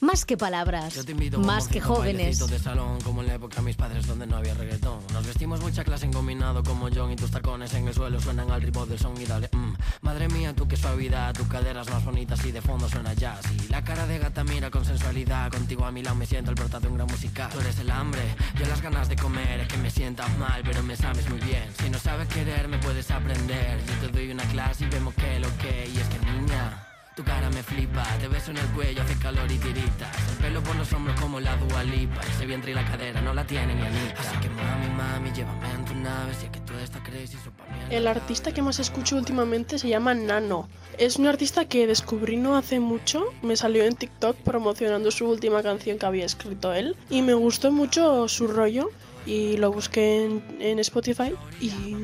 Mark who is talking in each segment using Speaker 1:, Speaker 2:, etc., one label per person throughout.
Speaker 1: más que palabras,
Speaker 2: Yo te invito a un
Speaker 1: más que
Speaker 2: concierto,
Speaker 1: jóvenes.
Speaker 2: bailecito de salón, como en la época de mis padres donde no había reggaetón. Nos vestimos mucha clase en combinado como John y tus tacones en el suelo suenan al ritmo del son y dale. mm. Madre mía, tú qué suavidad, tu cadera es más bonita y de fondo suena jazz. Y la cara de gata mira con sensualidad, contigo a mi lado me siento el prota de un gran musical. Tú eres el hambre, yo las ganas de comer, es que me sientas mal, pero me sabes muy bien. Si no sabes querer, me puedes aprender. Yo te doy una clase y vemos que lo que, y es que niña. Tu cara me flipa, te beso en el cuello, hace calor y tiritas. El pelo por los hombros como la dualipa. Ese vientre y la cadera no la tiene ni Anita. Así que mami, mami, llévame en tu nave. Si es que tú estás crazy, sopa mierda.
Speaker 3: El artista que más escucho últimamente se llama Nano. Es un artista que descubrí no hace mucho. Me salió en TikTok promocionando su última canción que había escrito él. Y me gustó mucho su rollo. Y lo busqué en, en Spotify. Y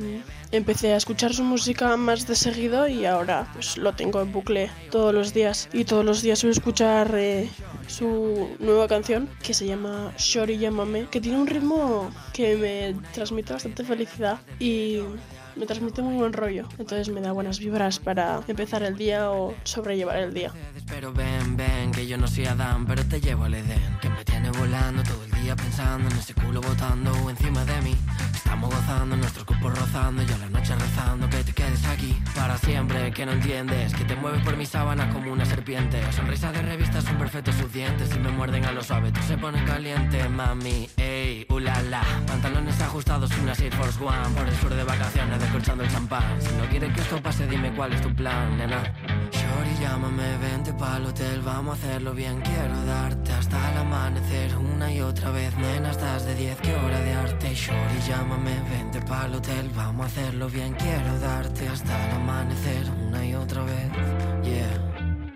Speaker 3: empecé a escuchar su música más de seguido. Y ahora pues, lo tengo en bucle todos los días. Y todos los días suelo escuchar eh, su nueva canción que se llama Shori Yamame. Que tiene un ritmo que me transmite bastante felicidad. Y me transmite muy buen rollo, entonces me da buenas vibras para empezar el día o sobrellevar el día.
Speaker 2: Pero ven, ven, que yo no soy Adán, pero te llevo al Edén. Que me tiene volando todo el día pensando en ese culo botando encima de mí. Estamos gozando, nuestros cuerpos rozando y a la noche rezando que te quedes aquí para siempre. Que no entiendes, que te mueves por mi sábana como una serpiente. Sonrisa de revista son perfectos sus dientes y me muerden a lo suave. Tú se ponen caliente, mami, ey, ulala. Pantalones ajustados, unas Air Force One. Por el sur de vacaciones, descolchando el champán. Si no quieres que esto pase, dime cuál es tu plan, nena. Shorty, llámame, vente pa'l hotel, vamos a hacerlo bien. Quiero darte hasta el amanecer una y otra vez, nena, estás de 10, qué hora de arte. Shorty, llámame, vente pa'l hotel, vamos a hacerlo bien. Quiero darte hasta el amanecer una y otra vez, yeah.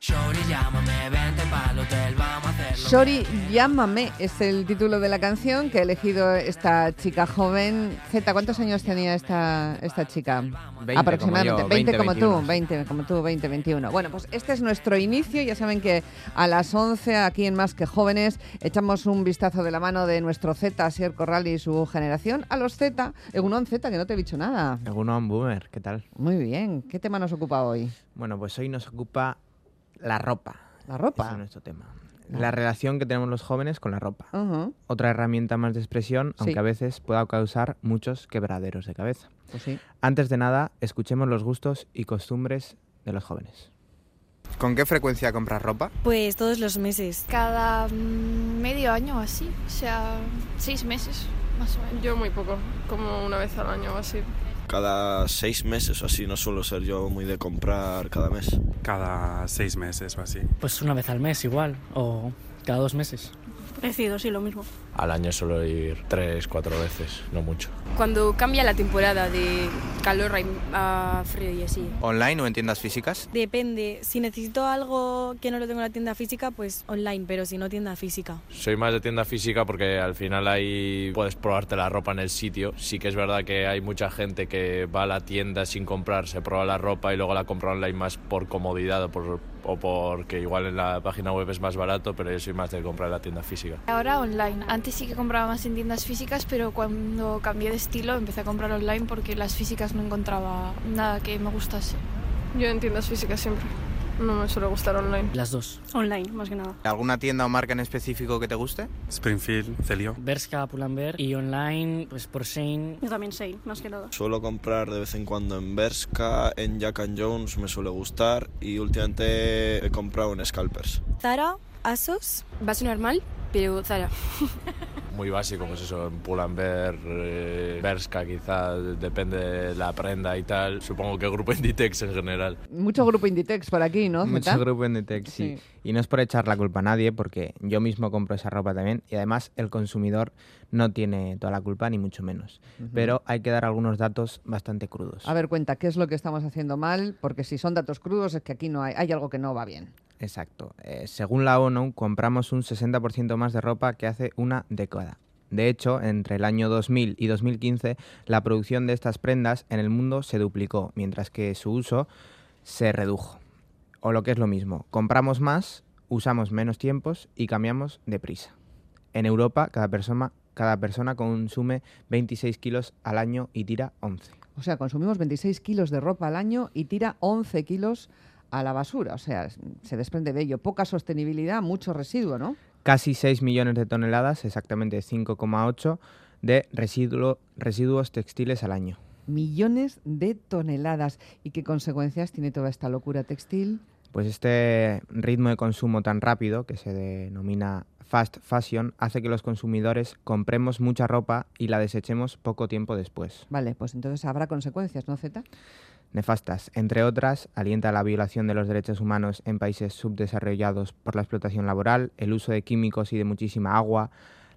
Speaker 2: Shorty, llámame, vente pa'l hotel, vamos a hacerlo
Speaker 4: Shori Llámame es el título de la canción que ha elegido esta chica joven. Z, ¿cuántos años tenía esta, esta chica?
Speaker 5: 20
Speaker 4: Aproximadamente.
Speaker 5: como yo,
Speaker 4: 20,
Speaker 5: 20,
Speaker 4: como
Speaker 5: 21.
Speaker 4: tú, 20 como tú, 20, 21. Bueno, pues este es nuestro inicio. Ya saben que a las 11 aquí en Más que Jóvenes echamos un vistazo de la mano de nuestro Z, Asier Corral y su generación. A los eh, Z, Egunon Z, que no te he dicho nada.
Speaker 5: Alguno un boomer, ¿qué tal?
Speaker 4: Muy bien. ¿Qué tema nos ocupa hoy?
Speaker 5: Bueno, pues hoy nos ocupa la ropa.
Speaker 4: La
Speaker 5: Ese es
Speaker 4: ropa. Ah.
Speaker 5: nuestro tema. La relación que tenemos los jóvenes con la ropa.
Speaker 4: Ujú,
Speaker 5: Otra herramienta más de expresión,
Speaker 4: Sí.
Speaker 5: aunque a veces pueda causar muchos quebraderos de cabeza.
Speaker 4: Pues sí.
Speaker 5: Antes de nada, escuchemos los gustos y costumbres de los jóvenes.
Speaker 6: ¿Con qué frecuencia compras ropa?
Speaker 7: Pues todos los meses.
Speaker 8: Cada mm, medio año o así, o sea, seis meses más o menos.
Speaker 9: Yo muy poco, como una vez al año o así.
Speaker 10: Cada seis meses o así, no suelo ser yo muy de comprar cada mes.
Speaker 11: Cada seis meses o así.
Speaker 12: Pues una vez al mes igual, o cada dos meses.
Speaker 9: Parecido, sí, lo mismo.
Speaker 13: Al año suelo ir tres, cuatro veces, no mucho.
Speaker 9: Cuando cambia la temporada de calor a in- a frío y así.
Speaker 6: ¿Online o en tiendas físicas?
Speaker 7: Depende. Si necesito algo que no lo tengo en la tienda física, pues online, pero si no tienda física.
Speaker 13: Soy más de tienda física porque al final ahí puedes probarte la ropa en el sitio. Sí que es verdad que hay mucha gente que va a la tienda sin comprar, se prueba la ropa y luego la compra online más por comodidad o, por, o porque igual en la página web es más barato, pero yo soy más de comprar en la tienda física.
Speaker 8: Ahora online. Antes sí que compraba más en tiendas físicas, pero cuando cambié de estilo empecé a comprar online porque las físicas no encontraba nada que me gustase.
Speaker 9: Yo en tiendas físicas siempre. No me suele gustar online.
Speaker 12: Las dos.
Speaker 9: Online, más que nada.
Speaker 6: ¿Alguna tienda o marca en específico que te guste?
Speaker 11: Springfield, Celio.
Speaker 12: Berska, Pull&Bear y online, pues por Shane.
Speaker 9: Yo también seis, más que nada.
Speaker 10: Suelo comprar de vez en cuando en Berska, en Jack and Jones me suele gustar y últimamente he comprado en Scalpers.
Speaker 7: Zara, Asos.
Speaker 9: Va a sonar mal, pero Zara.
Speaker 13: Muy básico, pues eso, en Pull&Bear, eh, Bershka quizá, depende de la prenda y tal. Supongo que grupo Inditex en general.
Speaker 4: Mucho grupo Inditex por aquí, ¿no?
Speaker 5: Mucho
Speaker 4: Zeta?
Speaker 5: grupo en Detect, sí.
Speaker 4: Sí.
Speaker 5: Y no es por echar la culpa a nadie, porque yo mismo compro esa ropa también y además el consumidor no tiene toda la culpa, ni mucho menos. Pero hay que dar algunos datos bastante crudos.
Speaker 4: A ver, cuenta, ¿qué es lo que estamos haciendo mal? Porque si son datos crudos es que aquí no hay, hay algo que no va bien.
Speaker 5: Exacto. Eh, según la ONU, compramos un 60% más de ropa que hace una década. De hecho, entre el año 2000 y 2015, la producción de estas prendas en el mundo se duplicó, mientras que su uso se redujo. O lo que es lo mismo, compramos más, usamos menos tiempos y cambiamos de prisa. En Europa, cada persona, cada persona consume 26 kilos al año y tira 11.
Speaker 4: O sea, consumimos 26 kilos de ropa al año y tira 11 kilos a la basura. O sea, se desprende de ello poca sostenibilidad, mucho residuo, ¿no?
Speaker 5: Casi 6 millones de toneladas, exactamente 5,8, de residuo- residuos textiles al año.
Speaker 4: Millones de toneladas. ¿Y qué consecuencias tiene toda esta locura textil?
Speaker 5: Pues este ritmo de consumo tan rápido, que se denomina fast fashion, hace que los consumidores compremos mucha ropa y la desechemos poco tiempo después.
Speaker 4: Vale, pues entonces habrá consecuencias, ¿no, Zeta?
Speaker 5: Nefastas, entre otras, alienta la violación de los derechos humanos en países subdesarrollados por la explotación laboral, el uso de químicos y de muchísima agua,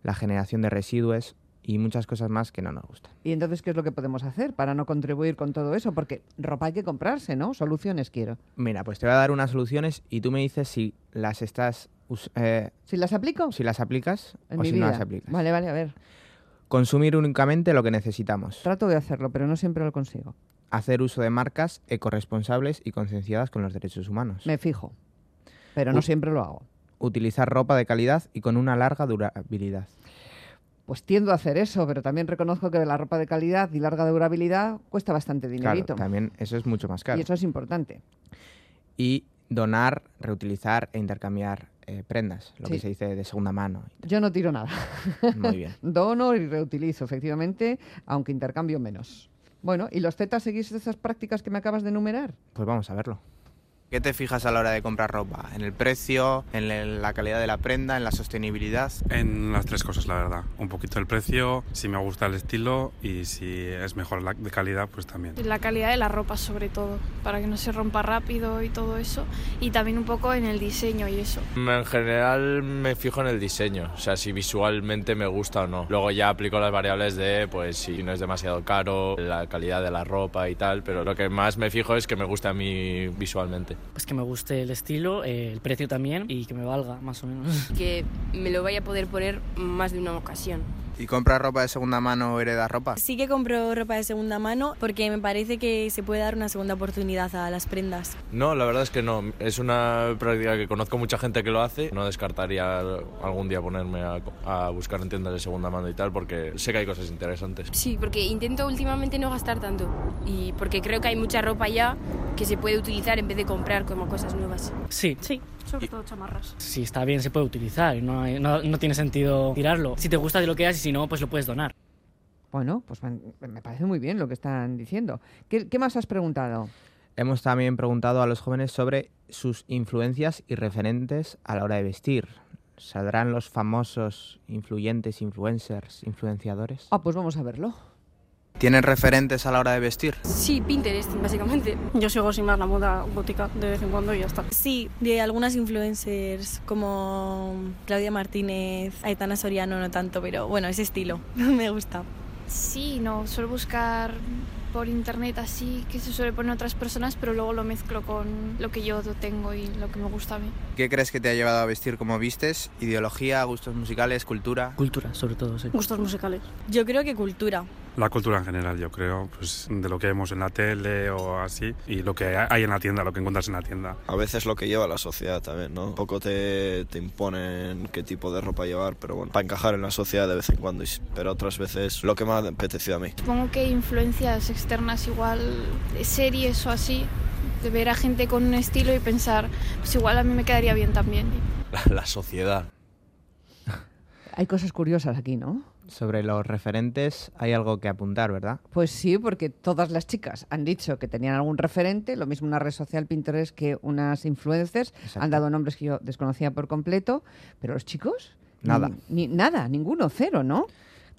Speaker 5: la generación de residuos y muchas cosas más que no nos gustan.
Speaker 4: ¿Y entonces qué es lo que podemos hacer para no contribuir con todo eso? Porque ropa hay que comprarse, ¿no? Soluciones quiero.
Speaker 5: Mira, pues te voy a dar unas soluciones y tú me dices si las estás... us- eh,
Speaker 4: ¿Si las aplico?
Speaker 5: si las aplicas
Speaker 4: En
Speaker 5: o
Speaker 4: mi
Speaker 5: si
Speaker 4: vida.
Speaker 5: no las aplicas.
Speaker 4: Vale, vale, a ver.
Speaker 5: Consumir únicamente lo que necesitamos.
Speaker 4: Trato de hacerlo, pero no siempre lo consigo.
Speaker 5: Hacer uso de marcas ecorresponsables y concienciadas con los derechos humanos.
Speaker 4: Me fijo, pero no
Speaker 5: U-
Speaker 4: siempre lo hago.
Speaker 5: Utilizar ropa de calidad y con una larga durabilidad.
Speaker 4: Pues tiendo a hacer eso, pero también reconozco que la ropa de calidad y larga durabilidad cuesta bastante
Speaker 5: Claro,
Speaker 4: dinerito.
Speaker 5: también eso es mucho más caro.
Speaker 4: Y eso es importante.
Speaker 5: Y donar, reutilizar e intercambiar eh, prendas, lo
Speaker 4: Sí.
Speaker 5: que se dice de segunda mano.
Speaker 4: Yo no tiro nada.
Speaker 5: Muy bien.
Speaker 4: Dono y reutilizo, efectivamente, aunque intercambio menos. Bueno, ¿y los zetas seguís esas prácticas que me acabas de enumerar?
Speaker 5: Pues vamos a verlo.
Speaker 6: ¿Qué te fijas a la hora de comprar ropa? ¿En el precio? ¿En el- la calidad de la prenda? ¿En la sostenibilidad?
Speaker 11: En las tres cosas, la verdad. Un poquito el precio, si me gusta el estilo y si es mejor la de calidad, pues también.
Speaker 8: En La calidad de la ropa sobre todo, para que no se rompa rápido y todo eso. Y también un poco en el diseño y eso.
Speaker 13: Mm, En general me fijo en el diseño, o sea, si visualmente me gusta o no. Luego ya aplico las variables de, pues, si no es demasiado caro, la calidad de la ropa y tal, pero lo que más me fijo es que me gusta a mí visualmente.
Speaker 12: Pues que me guste el estilo, eh, el precio también y que me valga, más o menos.
Speaker 9: Que me lo vaya a poder poner más de una ocasión.
Speaker 6: ¿Y compras ropa de segunda mano o heredas ropa?
Speaker 7: Sí que compro ropa de segunda mano porque me parece que se puede dar una segunda oportunidad a las prendas.
Speaker 13: No, la verdad es que no. Es una práctica que conozco mucha gente que lo hace. No descartaría algún día ponerme a, a buscar en tiendas de segunda mano y tal, porque sé que hay cosas interesantes.
Speaker 9: Sí, porque intento últimamente no gastar tanto. Y porque creo que hay mucha ropa ya que se puede utilizar en vez de comprar como cosas nuevas.
Speaker 12: Sí.
Speaker 9: Sí, sobre todo chamarras.
Speaker 12: Si está bien, se puede utilizar. y No, hay- no, no tiene sentido tirarlo. Si te gusta, te lo quedas y si no, pues lo puedes donar.
Speaker 4: Bueno, pues me me parece muy bien lo que están diciendo. ¿Qué, qué más has preguntado?
Speaker 5: Hemos también preguntado a los jóvenes sobre sus influencias y referentes a la hora de vestir. ¿Saldrán los famosos influyentes, influencers, influenciadores?
Speaker 4: Ah, pues vamos a verlo.
Speaker 6: ¿Tienen referentes a la hora de vestir?
Speaker 9: Sí, Pinterest, básicamente.
Speaker 1: Yo sigo sin más la moda gótica de vez en cuando y ya está.
Speaker 7: Sí, de algunas influencers como Claudia Martínez, Aitana Soriano, no tanto, pero bueno, ese estilo me gusta.
Speaker 8: Sí, no, suelo buscar por internet así que se suele poner otras personas, pero luego lo mezclo con lo que yo tengo y lo que me gusta a mí.
Speaker 6: ¿Qué crees que te ha llevado a vestir como vistes? ¿Ideología, gustos musicales, cultura?
Speaker 12: Cultura, sobre todo, sí.
Speaker 1: Gustos musicales.
Speaker 7: Yo creo que cultura.
Speaker 11: La cultura en general, yo creo, pues de lo que vemos en la tele o así, y lo que hay en la tienda, lo que encuentras en la tienda.
Speaker 10: A veces lo que lleva la sociedad también, ¿no? Un poco te, te imponen qué tipo de ropa llevar, pero bueno, para encajar en la sociedad de vez en cuando, y s- pero otras veces lo que más me ha apetecido a mí.
Speaker 8: Supongo que influencias externas igual, de series o así, de ver a gente con un estilo y pensar, pues igual a mí me quedaría bien también.
Speaker 13: La, la sociedad.
Speaker 4: Hay cosas curiosas aquí, ¿no?
Speaker 5: Sobre los referentes hay algo que apuntar, ¿verdad?
Speaker 4: Pues sí, porque todas las chicas han dicho que tenían algún referente, lo mismo una red social Pinterest que unas influencers, han dado nombres que yo desconocía por completo, pero los chicos Ni-
Speaker 5: Nada.
Speaker 4: ni- nada, ninguno, cero, ¿no?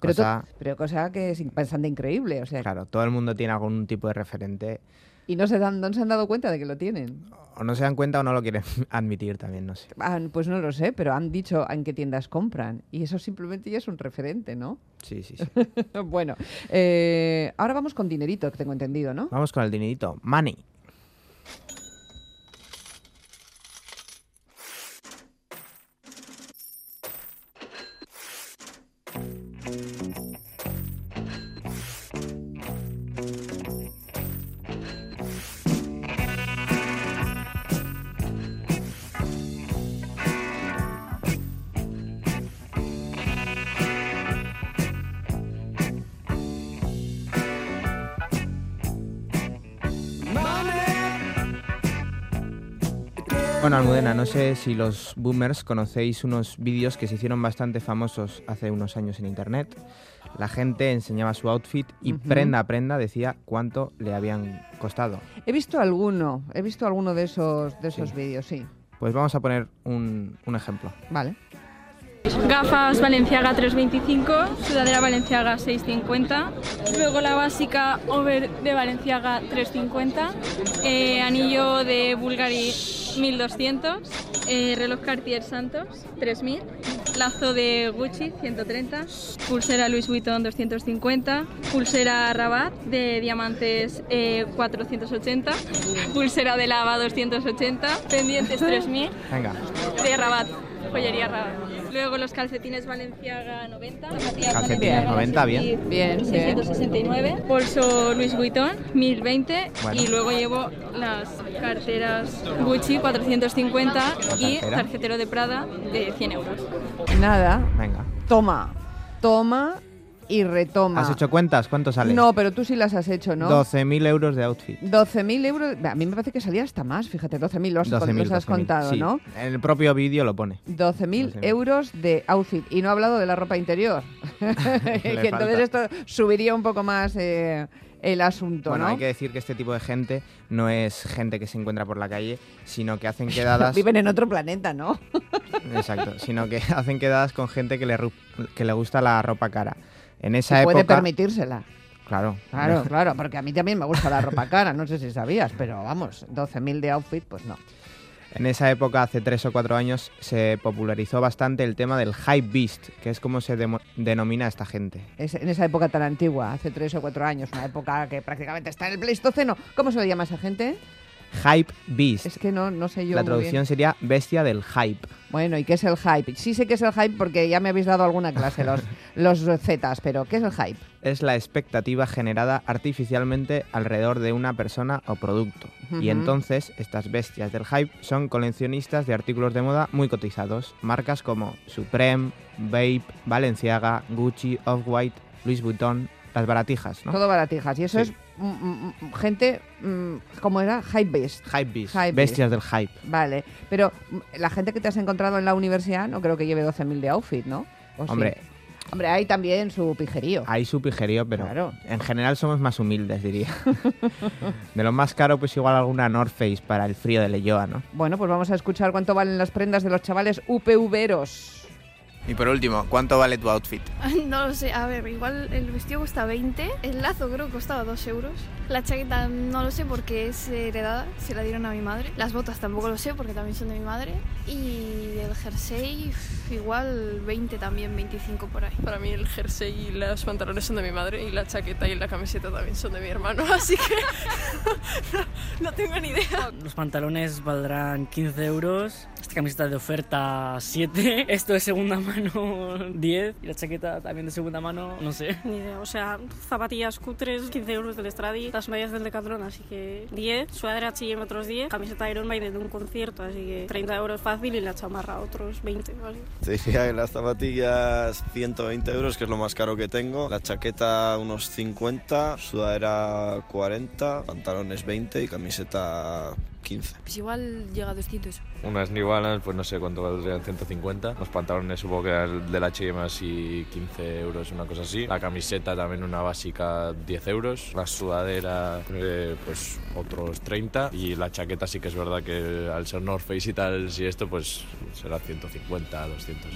Speaker 4: Pero, to-
Speaker 5: Cosa-
Speaker 4: pero cosa que es bastante increíble, o sea,
Speaker 5: Claro, todo el mundo tiene algún tipo de referente.
Speaker 4: y no se dan, no se han dado cuenta de que lo tienen.
Speaker 5: O no se dan cuenta o no lo quieren admitir también, no sé.
Speaker 4: Ah, pues no lo sé, pero han dicho en qué tiendas compran y eso simplemente ya es un referente, ¿no?
Speaker 5: Sí, sí, sí.
Speaker 4: bueno, eh, ahora vamos con dinerito, que tengo entendido, ¿no?
Speaker 5: Vamos con el dinerito. Money.
Speaker 14: Money,
Speaker 5: Bueno, Almudena, no sé si los boomers conocéis unos vídeos que se hicieron bastante famosos hace unos años en internet. La gente enseñaba su outfit y
Speaker 4: Ujú.
Speaker 5: prenda a prenda decía cuánto le habían costado.
Speaker 4: He visto alguno, he visto alguno de esos, de esos vídeos, sí.
Speaker 5: Pues vamos a poner un, un ejemplo.
Speaker 4: Vale.
Speaker 14: Gafas Valenciaga 325, sudadera Valenciaga 650, luego la básica over de Valenciaga 350, eh, anillo de Bulgari 1200, eh, reloj Cartier Santos 3000, lazo de Gucci 130, pulsera Louis Vuitton 250, pulsera Rabat de diamantes eh, 480, pulsera de lava 280, pendientes 3000
Speaker 5: Venga.
Speaker 14: de Rabat, joyería Rabat. Luego los calcetines Valenciaga 90. zapatillas
Speaker 5: Calcetines
Speaker 14: Valenciaga
Speaker 5: 90, bien.
Speaker 14: 600,
Speaker 4: Bien,
Speaker 14: 669. Bolso Luis Vuitton 1020.
Speaker 5: Bueno.
Speaker 14: Y luego llevo las carteras Gucci 450 y
Speaker 4: cartera.
Speaker 14: tarjetero de Prada de 100 euros.
Speaker 4: Nada.
Speaker 5: Venga.
Speaker 4: Toma, toma y retoma.
Speaker 5: ¿Has hecho cuentas? ¿Cuánto sale?
Speaker 4: Ah. No, pero tú sí las has hecho, ¿no?
Speaker 5: 12.000 euros de outfit.
Speaker 4: 12.000 euros. A mí me parece que salía hasta más, fíjate, 12.000 los, con-
Speaker 5: 12.000,
Speaker 4: los has
Speaker 5: 12.000,
Speaker 4: contado,
Speaker 5: sí.
Speaker 4: ¿no?
Speaker 5: En el propio vídeo lo pone.
Speaker 4: 12.000
Speaker 5: 12.000.
Speaker 4: euros de outfit. Y no ha hablado de la ropa interior. que entonces esto subiría un poco más eh, el asunto,
Speaker 5: Bueno,
Speaker 4: ¿no?
Speaker 5: hay que decir que este tipo de gente no es gente que se encuentra por la calle, sino que hacen quedadas.
Speaker 4: Viven en otro planeta, ¿no?
Speaker 5: Exacto, sino que hacen quedadas con gente que le, ru- que le gusta la ropa cara. En esa
Speaker 4: Que
Speaker 5: época.
Speaker 4: puede permitírsela.
Speaker 5: Claro.
Speaker 4: Claro, claro, porque a mí también me gusta la ropa cara, no sé si sabías, pero vamos, 12.000 de outfit, pues no.
Speaker 5: En esa época, hace tres o cuatro años, se popularizó bastante el tema del hype beast, que es como se demo- denomina esta gente.
Speaker 4: Es- en esa época tan antigua, hace tres o cuatro años, una época que prácticamente está en el Pleistoceno. ¿Cómo se le llama a esa gente?
Speaker 5: Hype beast.
Speaker 4: Es que no, no sé yo.
Speaker 5: La
Speaker 4: muy bien.
Speaker 5: traducción sería bestia del hype.
Speaker 4: Bueno, ¿y qué es el hype? Sí sé que es el hype porque ya me habéis dado alguna clase los, los zetas, pero ¿qué es el hype?
Speaker 5: Es la expectativa generada artificialmente alrededor de una persona o producto.
Speaker 4: Ujú.
Speaker 5: Y entonces, estas bestias del hype son coleccionistas de artículos de moda muy cotizados. Marcas como Supreme, Vape, Balenciaga, Gucci, Off-White, Louis Vuitton, las baratijas, ¿no?
Speaker 4: Todo baratijas. Y eso
Speaker 5: Sí.
Speaker 4: es mm, mm, mm, gente, mm, ¿cómo era? Hype based.
Speaker 5: Hype beast,
Speaker 4: Hype
Speaker 5: bestias
Speaker 4: beast.
Speaker 5: del hype.
Speaker 4: Vale, pero mm, la gente que te has encontrado en la universidad no creo que lleve 12.000 de outfit, ¿no? ¿O sí?
Speaker 5: Hombre. Ah.
Speaker 4: Hombre, hay también su pijerío.
Speaker 5: Hay su pijerío, pero
Speaker 4: Claro.
Speaker 5: en general somos más humildes, diría. de lo más caro, pues igual alguna North Face para el frío de Leyoa, ¿no?
Speaker 4: Bueno, pues vamos a escuchar cuánto valen las prendas de los chavales UPVeros.
Speaker 6: Y por último, ¿cuánto vale tu outfit?
Speaker 8: No lo sé, a ver, igual el vestido cuesta 20, el lazo creo que costaba 2 euros, la chaqueta no lo sé porque es heredada, se la dieron a mi madre, las botas tampoco lo sé porque también son de mi madre y el jersey uf, igual 20 también, 25 por ahí.
Speaker 15: Para mí el jersey y los pantalones son de mi madre y la chaqueta y la camiseta también son de mi hermano, así que no, no tengo ni idea.
Speaker 12: Los pantalones valdrán 15 euros, esta camiseta de oferta 7, esto de segunda mano 10 y la chaqueta también de segunda mano, no sé.
Speaker 1: Ni idea, o sea, zapatillas cutres, 15 euros del Stradi, las medias del Decathlon, así que 10, sudadera H&M otros 10, camiseta Iron Maiden de un concierto, así que 30 euros fácil y la chamarra otros 20, ¿vale?
Speaker 10: Te diría que las zapatillas 120 euros, que es lo más caro que tengo. La chaqueta unos 50, sudadera 40, pantalones 20 y camiseta 15.
Speaker 9: Pues igual llega a 200.
Speaker 13: Unas New Balance, pues no sé cuánto valdrían, 150. Los pantalones supongo que el del H&M así 15 euros, una cosa así. La camiseta también una básica 10 euros. La sudadera, eh, pues otros 30. Y la chaqueta sí que es verdad que al ser North Face y tal, si esto, pues será 150, 200.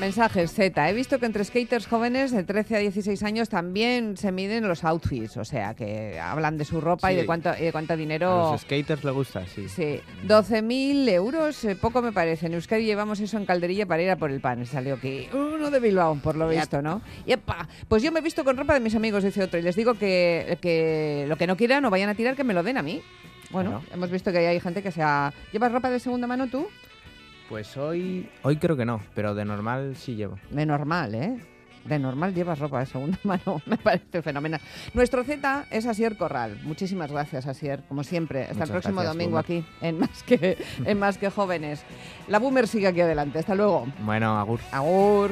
Speaker 4: Mensajes Z. He visto que entre skaters jóvenes de 13 a 16 años también se miden los outfits, o sea, que hablan de su ropa y
Speaker 5: Sí.
Speaker 4: de cuánto, eh, cuánto
Speaker 5: A
Speaker 4: dinero.
Speaker 5: los skaters le gusta, sí.
Speaker 4: Sí, 12.000 euros, eh, poco me parece. En Euskadi llevamos eso en calderilla para ir a por el pan. Salió aquí uno de Bilbao, por lo visto, ¿no? ¡Yepa! Pues yo me he visto con ropa de mis amigos, dice otro, y les digo que, que lo que no quieran o vayan a tirar, que me lo den a mí. Bueno,
Speaker 5: Claro.
Speaker 4: hemos visto que hay gente que se ha... ¿Llevas ropa de segunda mano tú?
Speaker 5: Pues hoy, hoy creo que no, pero de normal sí llevo.
Speaker 4: De normal, ¿eh? De normal llevas ropa de segunda mano, me parece fenomenal. Nuestro Z es Asier Corral. Muchísimas gracias, Asier, como siempre. Hasta
Speaker 5: Muchas
Speaker 4: el próximo
Speaker 5: gracias,
Speaker 4: domingo
Speaker 5: Boomer.
Speaker 4: aquí, en más, que, en más que Jóvenes. La Boomer sigue aquí adelante. Hasta luego.
Speaker 5: Bueno, Agur.
Speaker 4: Agur.